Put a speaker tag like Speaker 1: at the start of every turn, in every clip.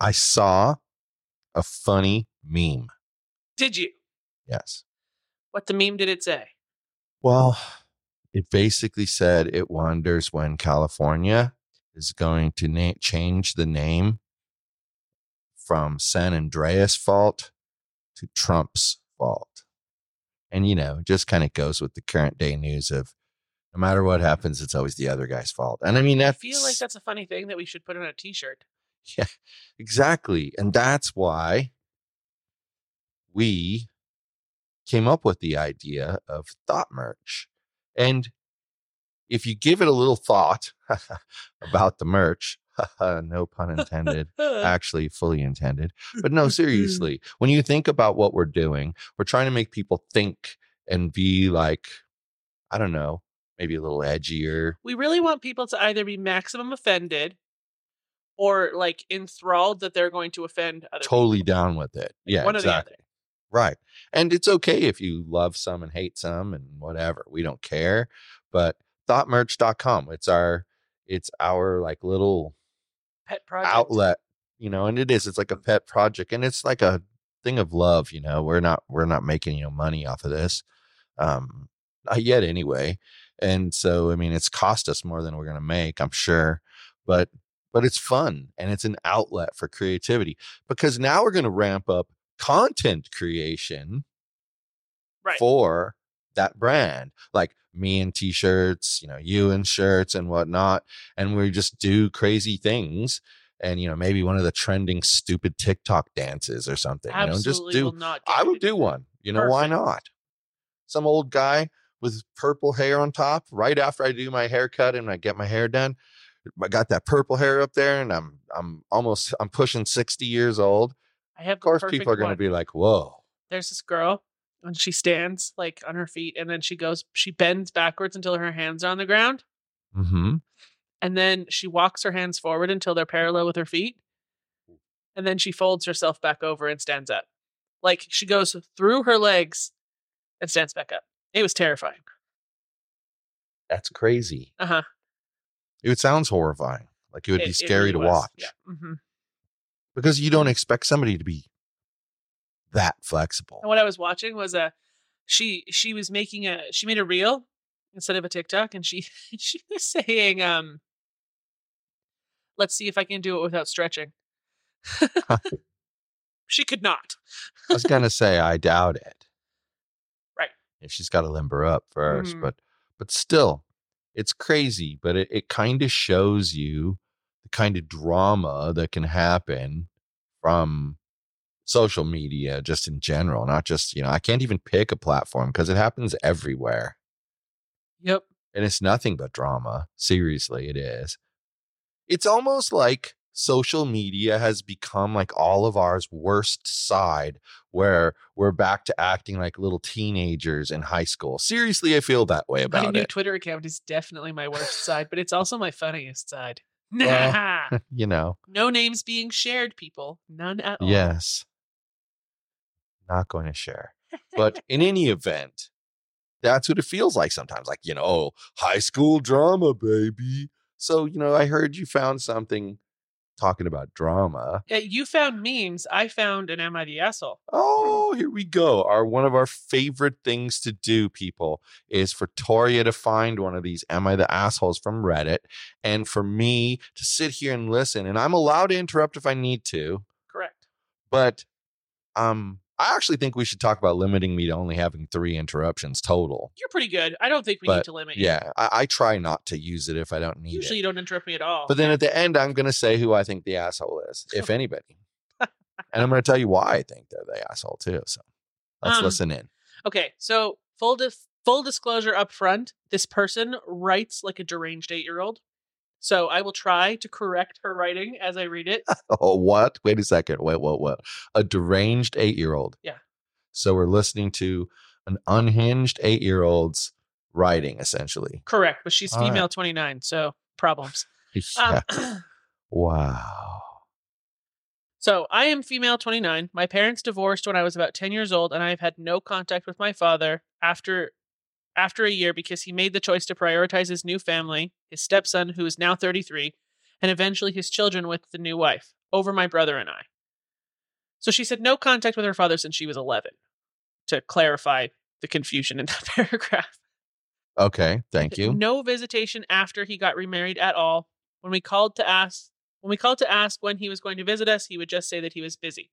Speaker 1: I saw a funny meme.
Speaker 2: Did you?
Speaker 1: Yes.
Speaker 2: What the meme did it say?
Speaker 1: Well, it basically said it wonders when California is going to na- change the name from San Andreas fault to Trump's fault. And, you know, just kind of goes with the current day news of no matter what happens, it's always the other guy's fault. And I mean,
Speaker 2: I
Speaker 1: that's,
Speaker 2: feel like that's a funny thing that we should put on a T-shirt.
Speaker 1: yeah, exactly. And that's why we came up with the idea of thought merch. And if you give it a little thought about the merch, no pun intended, actually fully intended. But no, seriously, when you think about what we're doing, we're trying to make people think and be like, I don't know, maybe a little edgier.
Speaker 2: we really want people to either be maximum offended or like enthralled that they're going to offend other
Speaker 1: Totally
Speaker 2: people.
Speaker 1: down with it. Yeah,
Speaker 2: One
Speaker 1: exactly.
Speaker 2: or
Speaker 1: Right. And it's okay if you love some and hate some and whatever. We don't care. But thoughtmerch.com, it's our it's our like little
Speaker 2: the other. Pet project.
Speaker 1: outlet, you know, and it is. It's like a pet project and it's like a thing of love, you know. We're not we're not making you know money off of this. Um not yet anyway. And so I mean it's cost us more than we're gonna make, I'm sure. But but it's fun and it's an outlet for creativity because now we're gonna ramp up content creation
Speaker 2: Right.
Speaker 1: for that brand like me and t-shirts you know you and shirts and whatnot and we just do crazy things and you know maybe one of the trending stupid tiktok dances or something
Speaker 2: Absolutely
Speaker 1: you know
Speaker 2: will
Speaker 1: just do
Speaker 2: not. get
Speaker 1: i
Speaker 2: you
Speaker 1: would
Speaker 2: to
Speaker 1: do one you know why
Speaker 2: Perfect.
Speaker 1: not some old guy with purple hair on top right after i do my haircut and i get my hair done i got that purple hair up there and i'm i'm almost i'm pushing 60 years old of
Speaker 2: I have of
Speaker 1: course people are going to be like whoa
Speaker 2: There's this girl, and she stands like on her feet, and then she goes, she bends backwards until her hands are on the ground,
Speaker 1: mm-hmm.
Speaker 2: and then she walks her hands forward until they're parallel with her feet, and then she folds herself back over and stands up. Like she goes through her legs and stands back up. It was terrifying.
Speaker 1: that's crazy
Speaker 2: Uh huh.
Speaker 1: It sounds horrifying. Like it would be scary to watch
Speaker 2: hmm
Speaker 1: because you don't expect somebody to be that flexible.
Speaker 2: And what I was watching was a she she was making a she made a reel instead of a TikTok, and she she was saying, um, "Let's see if I can do it without stretching." she could not.
Speaker 1: I was gonna say I doubt it.
Speaker 2: Right.
Speaker 1: Yeah, she's got to limber up 1st
Speaker 2: Mhm.
Speaker 1: but but still, it's crazy. But it, it kind of shows you the kind of drama that can happen from social media, just in general. Not just you know, I can't even pick a platform because it happens everywhere.
Speaker 2: Yep.
Speaker 1: and it's nothing but drama. Seriously, it is. It's almost like social media has become like all of ours worst side where we're back to acting like little teenagers in high school. Seriously, I feel that way
Speaker 2: my
Speaker 1: about
Speaker 2: new
Speaker 1: it.
Speaker 2: Twitter account is definitely my worst side, but it's also my funniest side.
Speaker 1: Well.
Speaker 2: Nah.
Speaker 1: you know,
Speaker 2: no names being shared, people. None at all.
Speaker 1: yes. Not going to share. But in any event, that's what it feels like sometimes. Like, you know, oh, high school drama, baby. So, you know, I heard you found something talking about drama.
Speaker 2: Yeah, you found memes. I found an Am I the asshole?
Speaker 1: Oh, here we go. Our one of our favorite things to do, people, is for Toria to find one of these Am I the Assholes from Reddit and for me to sit here and listen. And I'm allowed to interrupt if I need to,
Speaker 2: Correct.
Speaker 1: but Um, I actually think we should talk about limiting me to only having three interruptions total.
Speaker 2: You're pretty good. I don't think we need
Speaker 1: But,
Speaker 2: to limit you.
Speaker 1: Yeah, I, I try not to use it if I don't need it.
Speaker 2: Usually you don't interrupt me at all.
Speaker 1: But then at the end, I'm going to say who I think the asshole is, if anybody. and I'm going to tell you why I think they're the asshole too. So let's
Speaker 2: Um,
Speaker 1: listen in.
Speaker 2: Okay, so full dis- full disclosure up front, this person writes like a deranged eight year old. So I will try to correct her writing as I read it.
Speaker 1: Oh, what? Wait a second. Wait, what? What? A deranged eight year old.
Speaker 2: Yeah.
Speaker 1: So we're listening to an unhinged eight year old's writing, essentially.
Speaker 2: correct, but she's
Speaker 1: All right.
Speaker 2: female twenty nine, so problems.
Speaker 1: Yeah.
Speaker 2: Um,
Speaker 1: wow.
Speaker 2: so I am female twenty nine. My parents divorced when I was about ten years old, and I have had no contact with my father after after a year because he made the choice to prioritize his new family, his stepson, who is now thirty three, and eventually his children with the new wife, over my brother and I. So she said no contact with her father since she was 11, to clarify the confusion in that paragraph.
Speaker 1: Okay. Thank you.
Speaker 2: No visitation after he got remarried at all. When we called to ask when we called to ask when he was going to visit us, he would just say that he was busy.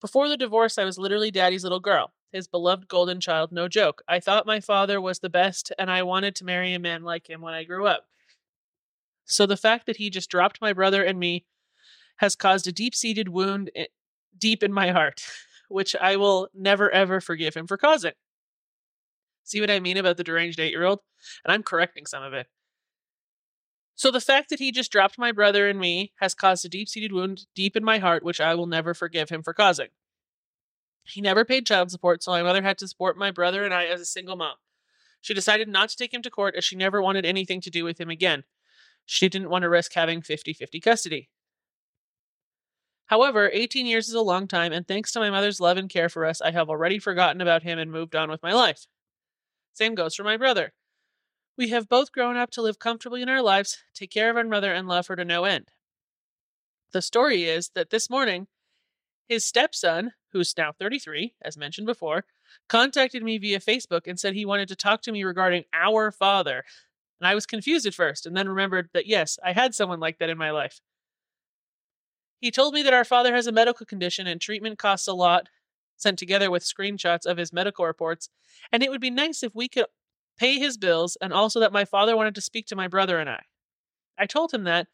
Speaker 2: Before the divorce, I was literally daddy's little girl, his beloved golden child, no joke. I thought my father was the best and I wanted to marry a man like him when I grew up. So the fact that he just dropped my brother and me has caused a deep-seated wound i- deep in my heart, which I will never ever forgive him for causing. See what I mean about the deranged 8-year-old? and I'm correcting some of it. So the fact that he just dropped my brother and me has caused a deep-seated wound deep in my heart, which I will never forgive him for causing. He never paid child support, so my mother had to support my brother and I as a single mom. She decided not to take him to court as she never wanted anything to do with him again. She didn't want to risk having 50 50 custody. However, 18 years is a long time, and thanks to my mother's love and care for us, I have already forgotten about him and moved on with my life. Same goes for my brother. We have both grown up to live comfortably in our lives, take care of our mother, and love her to no end. The story is that this morning, his stepson, who's now 33, as mentioned before, contacted me via Facebook and said he wanted to talk to me regarding our father. And I was confused at first and then remembered that, yes, I had someone like that in my life. He told me that our father has a medical condition and treatment costs a lot, sent together with screenshots of his medical reports, and it would be nice if we could pay his bills, and also that my father wanted to speak to my brother and I. I told him that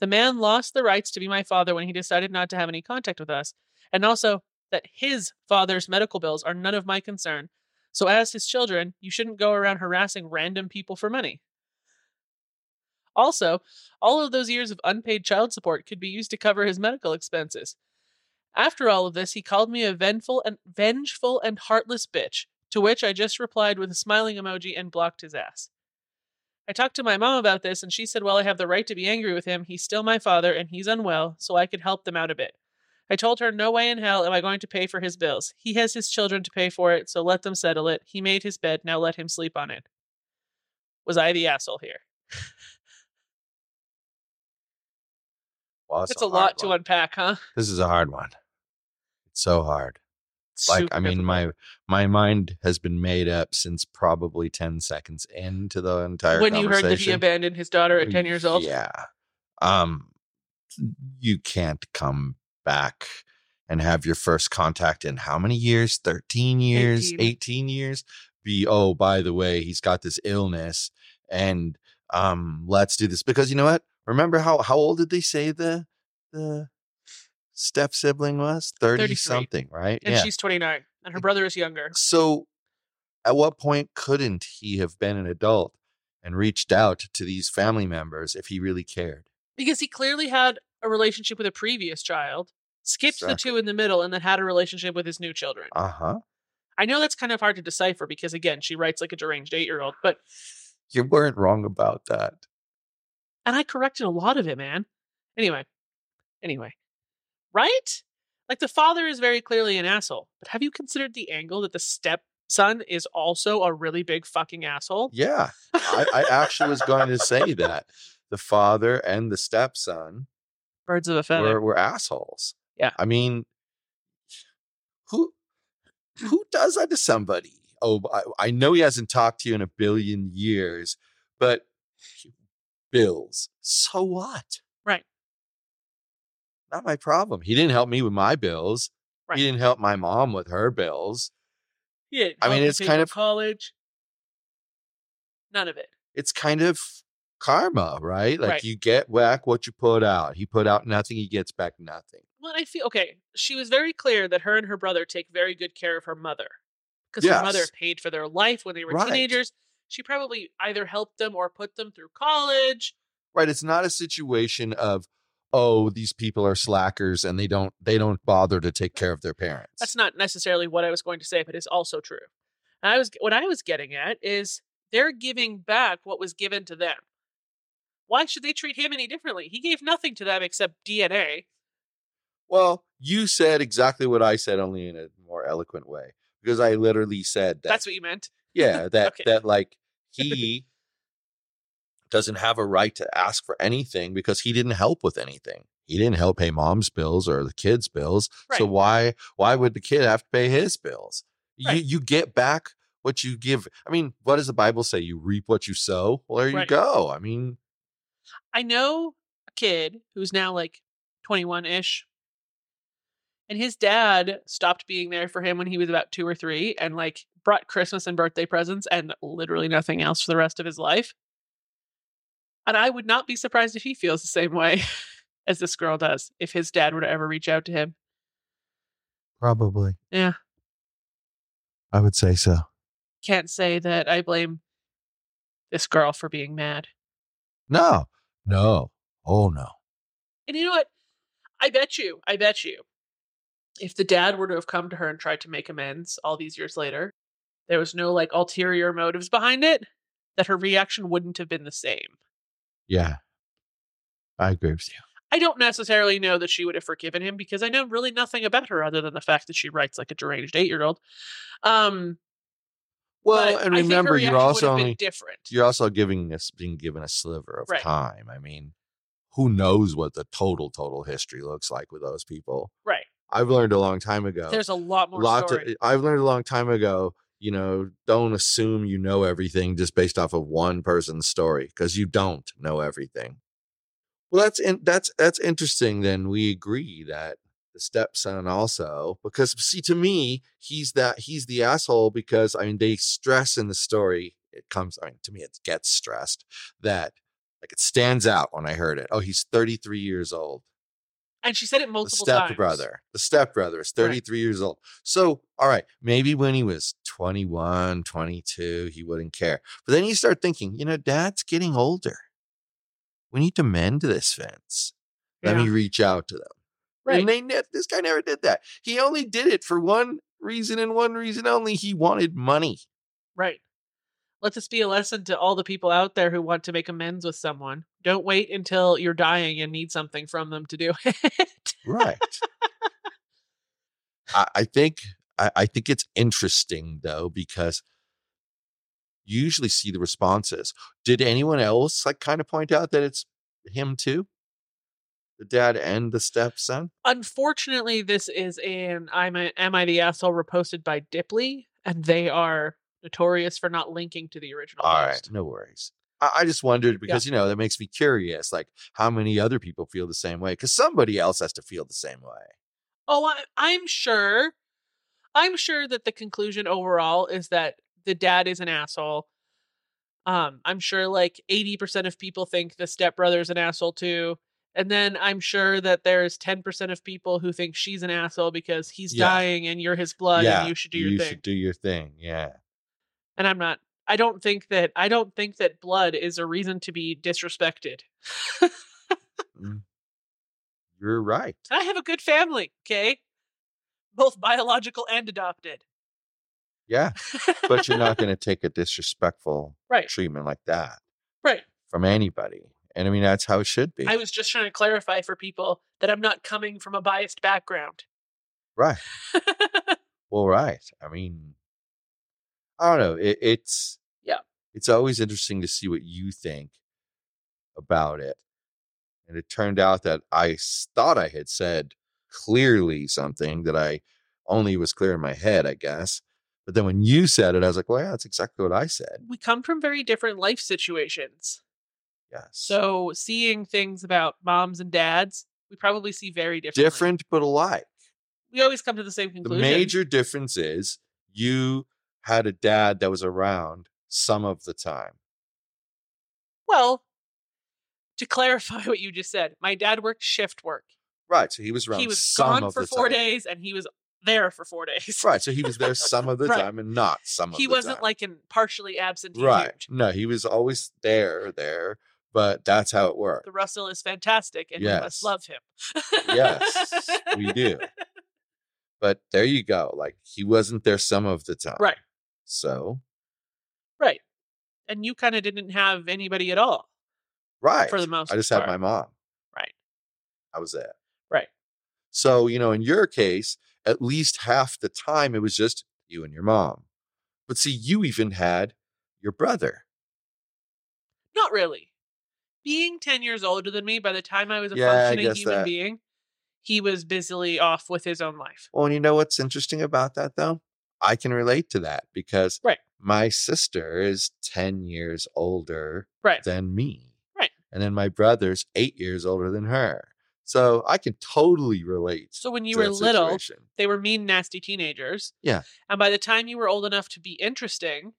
Speaker 2: the man lost the rights to be my father when he decided not to have any contact with us, and also that his father's medical bills are none of my concern. So, as his children, you shouldn't go around harassing random people for money. Also, all of those years of unpaid child support could be used to cover his medical expenses. After all of this, he called me a vengeful and vengeful and heartless bitch, to which I just replied with a smiling emoji and blocked his ass. I talked to my mom about this, and she said, Well, I have the right to be angry with him. He's still my father, and he's unwell, so I could help them out a bit. I told her, No way in hell am I going to pay for his bills. He has his children to pay for it, so let them settle it. He made his bed, now let him sleep on it. Was I the asshole here?
Speaker 1: Wow,
Speaker 2: That's, a lot to unpack, huh?
Speaker 1: This is a hard one. It's so hard. Like
Speaker 2: Super
Speaker 1: I mean, my my mind has been made up since probably ten seconds into the entire
Speaker 2: when you heard that he
Speaker 1: conversation.
Speaker 2: abandoned his daughter at 10 years old
Speaker 1: Oh, Yeah. Um you can't come back and have your first contact in how many years? 13 years,
Speaker 2: 18.
Speaker 1: 18, years. Be oh, by the way, he's got this illness and um let's do this because you know what? Remember how how old did they say the the step sibling was? 30
Speaker 2: 33.
Speaker 1: something, right?
Speaker 2: and she's 29 and her brother is younger
Speaker 1: So, at what point couldn't he have been an adult and reached out to these family members if he really cared?
Speaker 2: because he clearly had a relationship with a previous child skipped the
Speaker 1: Exactly.
Speaker 2: two in the middle and then had a relationship with his new children
Speaker 1: Uh huh.
Speaker 2: i know that's kind of hard to decipher because again she writes like a deranged eight-year-old but
Speaker 1: You weren't wrong about that.
Speaker 2: and i corrected a lot of it man anyway anyway right like the father is very clearly an asshole but have you considered the angle that the stepson is also a really big fucking asshole
Speaker 1: Yeah, I, I actually was going to say that the father and the stepson
Speaker 2: birds of a feather
Speaker 1: were, were assholes.
Speaker 2: Yeah.
Speaker 1: I mean, who who does that to somebody? Oh, I, I know he hasn't talked to you in a billion years, but bills. So what?
Speaker 2: Right.
Speaker 1: Not my problem. He didn't help me with my bills.
Speaker 2: Right.
Speaker 1: He didn't help my mom with her bills.
Speaker 2: Yeah.
Speaker 1: I mean, it's kind of-
Speaker 2: college. None of it.
Speaker 1: It's kind of karma, right? Like
Speaker 2: Right.
Speaker 1: you get back what you put out. He put out nothing, he gets back nothing.
Speaker 2: Well, I feel okay. She was very clear that her and her brother take very good care of her mother because her mother
Speaker 1: Yes.
Speaker 2: paid for their life when they were
Speaker 1: Right.
Speaker 2: teenagers. She probably either helped them or put them through college.
Speaker 1: Right? It's not a situation of oh, these people are slackers and they don't they don't bother to take care of their parents.
Speaker 2: That's not necessarily what I was going to say, but it's also true. And I was what I was getting at is they're giving back what was given to them. Why should they treat him any differently? He gave nothing to them except DNA.
Speaker 1: Well, you said exactly what I said, only in a more eloquent way, because I literally said that.
Speaker 2: That's what you meant.
Speaker 1: yeah, that
Speaker 2: okay.
Speaker 1: that like he doesn't have a right to ask for anything because he didn't help with anything. He didn't help pay mom's bills or the kids' bills. So
Speaker 2: Right.
Speaker 1: why why would the kid have to pay his bills?
Speaker 2: Right.
Speaker 1: You you get back what you give. I mean, what does the Bible say? You reap what you sow. Well, there you
Speaker 2: Right.
Speaker 1: go. I mean,
Speaker 2: I know a kid who's now like 21 ish. And his dad stopped being there for him when he was about two or three and like brought Christmas and birthday presents and literally nothing else for the rest of his life. And I would not be surprised if he feels the same way as this girl does if his dad were to ever reach out to him.
Speaker 1: probably.
Speaker 2: Yeah.
Speaker 1: I would say so.
Speaker 2: Can't say that I blame this girl for being mad.
Speaker 1: No. No. Oh no.
Speaker 2: And you know what? I bet you, I bet you, if the dad were to have come to her and tried to make amends all these years later, there was no like ulterior motives behind it, that her reaction wouldn't have been the same.
Speaker 1: Yeah. I agree with you.
Speaker 2: I don't necessarily know that she would have forgiven him because I know really nothing about her other than the fact that she writes like a deranged eight year old. Um,
Speaker 1: Well,
Speaker 2: but
Speaker 1: and
Speaker 2: I think her
Speaker 1: remember,
Speaker 2: reaction
Speaker 1: you're
Speaker 2: would have
Speaker 1: also
Speaker 2: been
Speaker 1: only
Speaker 2: different.
Speaker 1: you're also giving us being given a sliver of
Speaker 2: Right.
Speaker 1: time. I mean, who knows what the total total history looks like with those people?
Speaker 2: right.
Speaker 1: I've learned a long time ago.
Speaker 2: There's a lot more
Speaker 1: lots
Speaker 2: story.
Speaker 1: of eh, I've learned a long time ago. You know, don't assume you know everything just based off of one person's story because you don't know everything. Well, that's in, that's that's interesting. Then we agree that the stepson also because see to me he's that he's the asshole because I mean they stress in the story it comes I mean to me it gets stressed that like it stands out when I heard it. Oh, he's thirty three years old
Speaker 2: and she said it
Speaker 1: the
Speaker 2: multiple times.
Speaker 1: stepbrother. The stepbrother is 33 years old. So, all right, maybe when he was 21, 22, he wouldn't care. But then you start thinking, you know, dad's getting older. We need to mend this fence. Let
Speaker 2: Yeah.
Speaker 1: me reach out to them.
Speaker 2: Right.
Speaker 1: And they ne- this guy never did that. He only did it for one reason and one reason only. He wanted money.
Speaker 2: Right. Let this be a lesson to all the people out there who want to make amends with someone. Don't wait until you're dying and need something from them to do it.
Speaker 1: Right. I, I think I, I think it's interesting though because you usually see the responses. Did anyone else like kind of point out that it's him too? The dad and the stepson?
Speaker 2: Unfortunately, this is an I'm a, Am I the Asshole reposted by Dipley, and they are notorious for not linking to the original
Speaker 1: All right,
Speaker 2: post.
Speaker 1: no worries. I, I just wondered because you know that makes me curious, like how many other people feel the same way? Because somebody else has to feel the same way.
Speaker 2: Oh, I, I'm sure. I'm sure that the conclusion overall is that the dad is an asshole. Um, I'm sure like 80% of people think the stepbrother's an asshole too. And then I'm sure that there's 10% of people who think she's an asshole because he's
Speaker 1: Yeah.
Speaker 2: dying and you're his blood
Speaker 1: Yeah,
Speaker 2: and you should do your
Speaker 1: you
Speaker 2: thing.
Speaker 1: should do your thing. Yeah.
Speaker 2: And I'm not I don't think that I don't think that blood is a reason to be disrespected.
Speaker 1: You're right.
Speaker 2: And I have a good family, okay? Both biological and adopted.
Speaker 1: Yeah. But you're not gonna take a disrespectful
Speaker 2: Right.
Speaker 1: treatment like that.
Speaker 2: Right.
Speaker 1: from anybody. And I mean, that's how it should be.
Speaker 2: I was just trying to clarify for people that I'm not coming from a biased background.
Speaker 1: right. Well, right. I mean, I don't know. It, it's,
Speaker 2: Yeah.
Speaker 1: It's always interesting to see what you think about it. And it turned out that I s- thought I had said clearly something that I only was clear in my head, I guess. But then when you said it, I was like, well, yeah, that's exactly what I said.
Speaker 2: we come from very different life situations.
Speaker 1: Yes.
Speaker 2: So seeing things about moms and dads, we probably see very differently.
Speaker 1: different, but alike.
Speaker 2: we always come to the same
Speaker 1: The
Speaker 2: conclusion.
Speaker 1: major difference is you had a dad that was around some of the time.
Speaker 2: Well, to clarify what you just said, my dad worked shift work.
Speaker 1: Right. So he was around
Speaker 2: He was
Speaker 1: some
Speaker 2: gone
Speaker 1: of
Speaker 2: for
Speaker 1: the
Speaker 2: four
Speaker 1: time.
Speaker 2: days and he was there for four days.
Speaker 1: Right. So he was there some of the
Speaker 2: Right.
Speaker 1: time and not some of
Speaker 2: He
Speaker 1: the
Speaker 2: wasn't
Speaker 1: time.
Speaker 2: like an partially absent.
Speaker 1: Right. No, he was always there, there, but that's how it worked.
Speaker 2: The Russell is fantastic and you
Speaker 1: Yes.
Speaker 2: must love him.
Speaker 1: Yes, we do. But there you go. Like he wasn't there some of the time.
Speaker 2: Right.
Speaker 1: So,
Speaker 2: Right. And you kind of didn't have anybody at all
Speaker 1: right.
Speaker 2: for the most
Speaker 1: I just
Speaker 2: part.
Speaker 1: had my mom.
Speaker 2: Right.
Speaker 1: I was there.
Speaker 2: Right.
Speaker 1: So, you know, in your case, at least half the time it was just you and your mom. But see, you even had your brother.
Speaker 2: Not really. Being 10 years older than me by the time I was a
Speaker 1: Yeah, I
Speaker 2: functioning
Speaker 1: guess
Speaker 2: human
Speaker 1: that.
Speaker 2: being, he was busily off with his own life.
Speaker 1: Well, and you know what's interesting about that though? I can relate to that because
Speaker 2: Right.
Speaker 1: my sister is 10 years older
Speaker 2: Right.
Speaker 1: than me.
Speaker 2: Right.
Speaker 1: And then my brother's eight years older than her. So I can totally relate.
Speaker 2: So when you
Speaker 1: to
Speaker 2: were
Speaker 1: that
Speaker 2: little,
Speaker 1: situation.
Speaker 2: they were mean, nasty teenagers.
Speaker 1: Yeah.
Speaker 2: And by the time you were old enough to be interesting,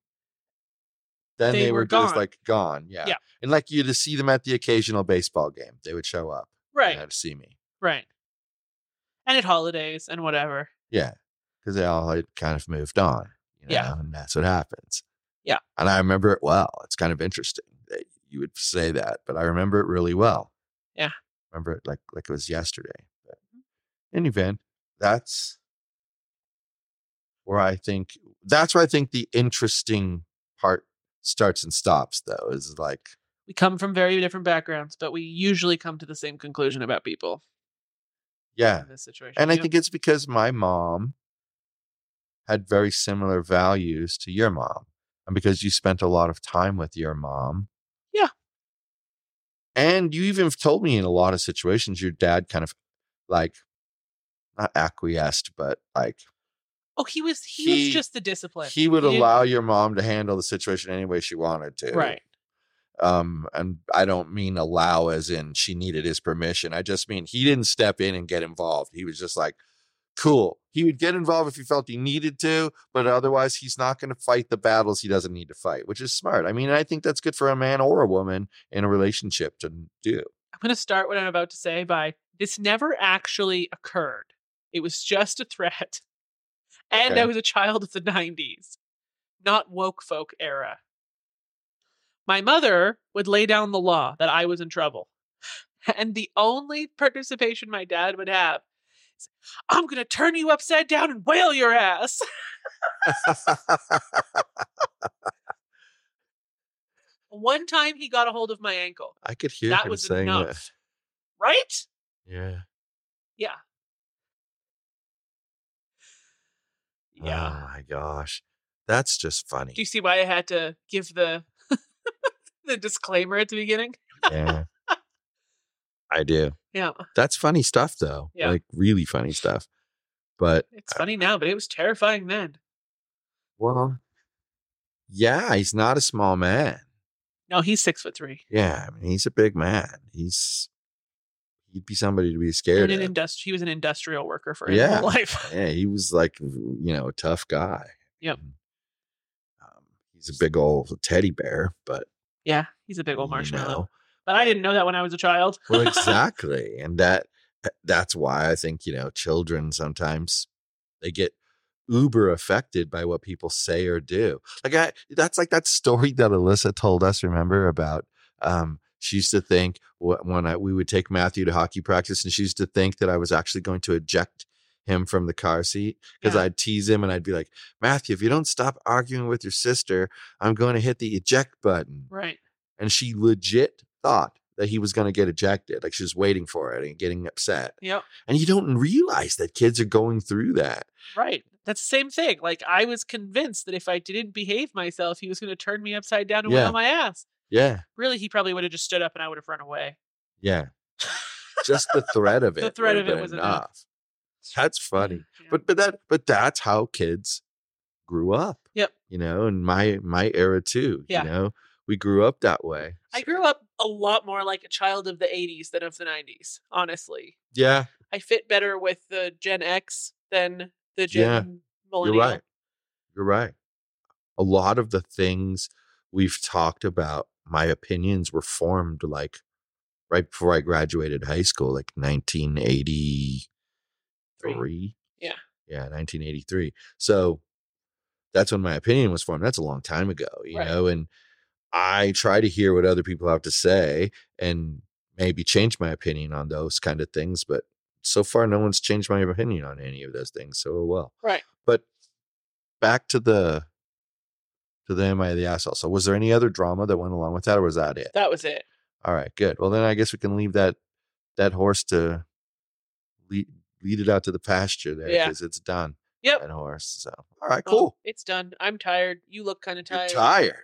Speaker 1: then
Speaker 2: they
Speaker 1: they,
Speaker 2: were
Speaker 1: were,
Speaker 2: gone.
Speaker 1: just like gone. Yeah.
Speaker 2: Yeah.
Speaker 1: And like you'd see them at the occasional baseball game. They would show up
Speaker 2: right,
Speaker 1: and see me.
Speaker 2: right. And at holidays and whatever.
Speaker 1: Yeah. Because they all had kind of moved on. You know,
Speaker 2: Yeah.
Speaker 1: And that's what happens.
Speaker 2: Yeah.
Speaker 1: And I remember it well. It's kind of interesting that you would say that, but I remember it really well.
Speaker 2: Yeah.
Speaker 1: Remember it like like it was yesterday. But in any event, that's where I think that's where I think the interesting part starts and stops though, is like
Speaker 2: We come from very different backgrounds, but we usually come to the same conclusion about people
Speaker 1: yeah,
Speaker 2: in this situation.
Speaker 1: And I
Speaker 2: Yeah.
Speaker 1: think it's because my mom had very similar values to your mom. And because you spent a lot of time with your mom.
Speaker 2: Yeah.
Speaker 1: And you even have told me in a lot of situations, your dad kind of like not acquiesced, but like
Speaker 2: oh, he was he,
Speaker 1: he-
Speaker 2: was just the discipline.
Speaker 1: he would
Speaker 2: didn't-
Speaker 1: allow your mom to handle the situation any way she wanted to.
Speaker 2: right.
Speaker 1: Um, and I don't mean allow as in she needed his permission. I just mean he didn't step in and get involved. He was just like, cool. He would get involved if he felt he needed to, but otherwise he's not going to fight the battles he doesn't need to fight, which is smart. I mean, I think that's good for a man or a woman in a relationship to do.
Speaker 2: I'm going to start what I'm about to say by this never actually occurred. It was just a threat. And I
Speaker 1: Okay.
Speaker 2: was a child of the 90s, not woke folk era. My mother would lay down the law that I was in trouble. And the only participation my dad would have is, I'm going to turn you upside down and whale your ass. One time he got a hold of my ankle,
Speaker 1: I could hear
Speaker 2: That
Speaker 1: him
Speaker 2: was
Speaker 1: saying
Speaker 2: enough. right?
Speaker 1: that. Yeah.
Speaker 2: Yeah.
Speaker 1: Oh my gosh. That's just funny.
Speaker 2: Do you see why I had to give the the disclaimer at the beginning?
Speaker 1: yeah. I do.
Speaker 2: Yeah,
Speaker 1: That's funny stuff, though.
Speaker 2: Yeah.
Speaker 1: Like really funny stuff. But
Speaker 2: it's funny now, but it was terrifying then.
Speaker 1: well, yeah, he's not a small man.
Speaker 2: No, he's six foot three.
Speaker 1: Yeah, I mean, he's a big man. He's he'd be somebody to be scared
Speaker 2: And
Speaker 1: of.
Speaker 2: an industri- he was an industrial worker for his
Speaker 1: Yeah.
Speaker 2: whole life.
Speaker 1: yeah, he was like you know a tough guy.
Speaker 2: Yep.
Speaker 1: Um, he's a big old teddy bear, but
Speaker 2: yeah, he's a big old
Speaker 1: you
Speaker 2: marshmallow.
Speaker 1: know.
Speaker 2: But I didn't know that when I was a child.
Speaker 1: Mm, well exactly and that eh, that's why i think you know children sometimes they get uber affected by what people say or do like I, that's like that story that alyssa told us remember about um she used to think wh- when I, we would take matthew to hockey practice and she used to think that i was actually going to eject him from the car seat because
Speaker 2: Yeah.
Speaker 1: i'd tease him and i'd be like matthew if you don't stop arguing with your sister i'm going to hit the eject button
Speaker 2: right.
Speaker 1: and she legit thought that he was going to get ejected. Like she was waiting for it and getting upset.
Speaker 2: Yep.
Speaker 1: And you don't realize that kids are going through that.
Speaker 2: Right. That's the same thing. Like I was convinced that if I didn't behave myself, he was going to turn me upside down and
Speaker 1: Yeah.
Speaker 2: whale my ass.
Speaker 1: Yeah.
Speaker 2: Really, he probably would have just stood up and I would have run away.
Speaker 1: Yeah. Just the threat of it.
Speaker 2: The threat
Speaker 1: would've
Speaker 2: of it
Speaker 1: been
Speaker 2: was enough.
Speaker 1: That's funny.
Speaker 2: Yeah.
Speaker 1: But but that but that's how kids grew up.
Speaker 2: Yep.
Speaker 1: You know, and my my era too.
Speaker 2: Yeah.
Speaker 1: You know, we grew up that way.
Speaker 2: I grew up a lot more like a child of the 80s than of the 90s, honestly.
Speaker 1: Yeah.
Speaker 2: I fit better with the Gen X than the Gen
Speaker 1: Yeah,
Speaker 2: millennial.
Speaker 1: right. You're right. A lot of the things we've talked about, my opinions were formed like right before I graduated high school, like 1983.
Speaker 2: Yeah.
Speaker 1: Yeah, 1983. So that's when my opinion was formed. That's a long time ago, you
Speaker 2: Right.
Speaker 1: know, and I try to hear what other people have to say and maybe change my opinion on those kind of things. But so far, no one's changed my opinion on any of those things. So, oh well.
Speaker 2: Right.
Speaker 1: But back to the to the Am I the Asshole. So was there any other drama that went along with that or was that it?
Speaker 2: That was it.
Speaker 1: All right, good. Well then I guess we can leave that that horse to lead lead it out to the pasture there
Speaker 2: Yeah.
Speaker 1: because it's done.
Speaker 2: Yep.
Speaker 1: That horse. So all right,
Speaker 2: Well,
Speaker 1: cool.
Speaker 2: Oh, it's done. I'm tired. You look kind of
Speaker 1: You're
Speaker 2: tired.
Speaker 1: tired.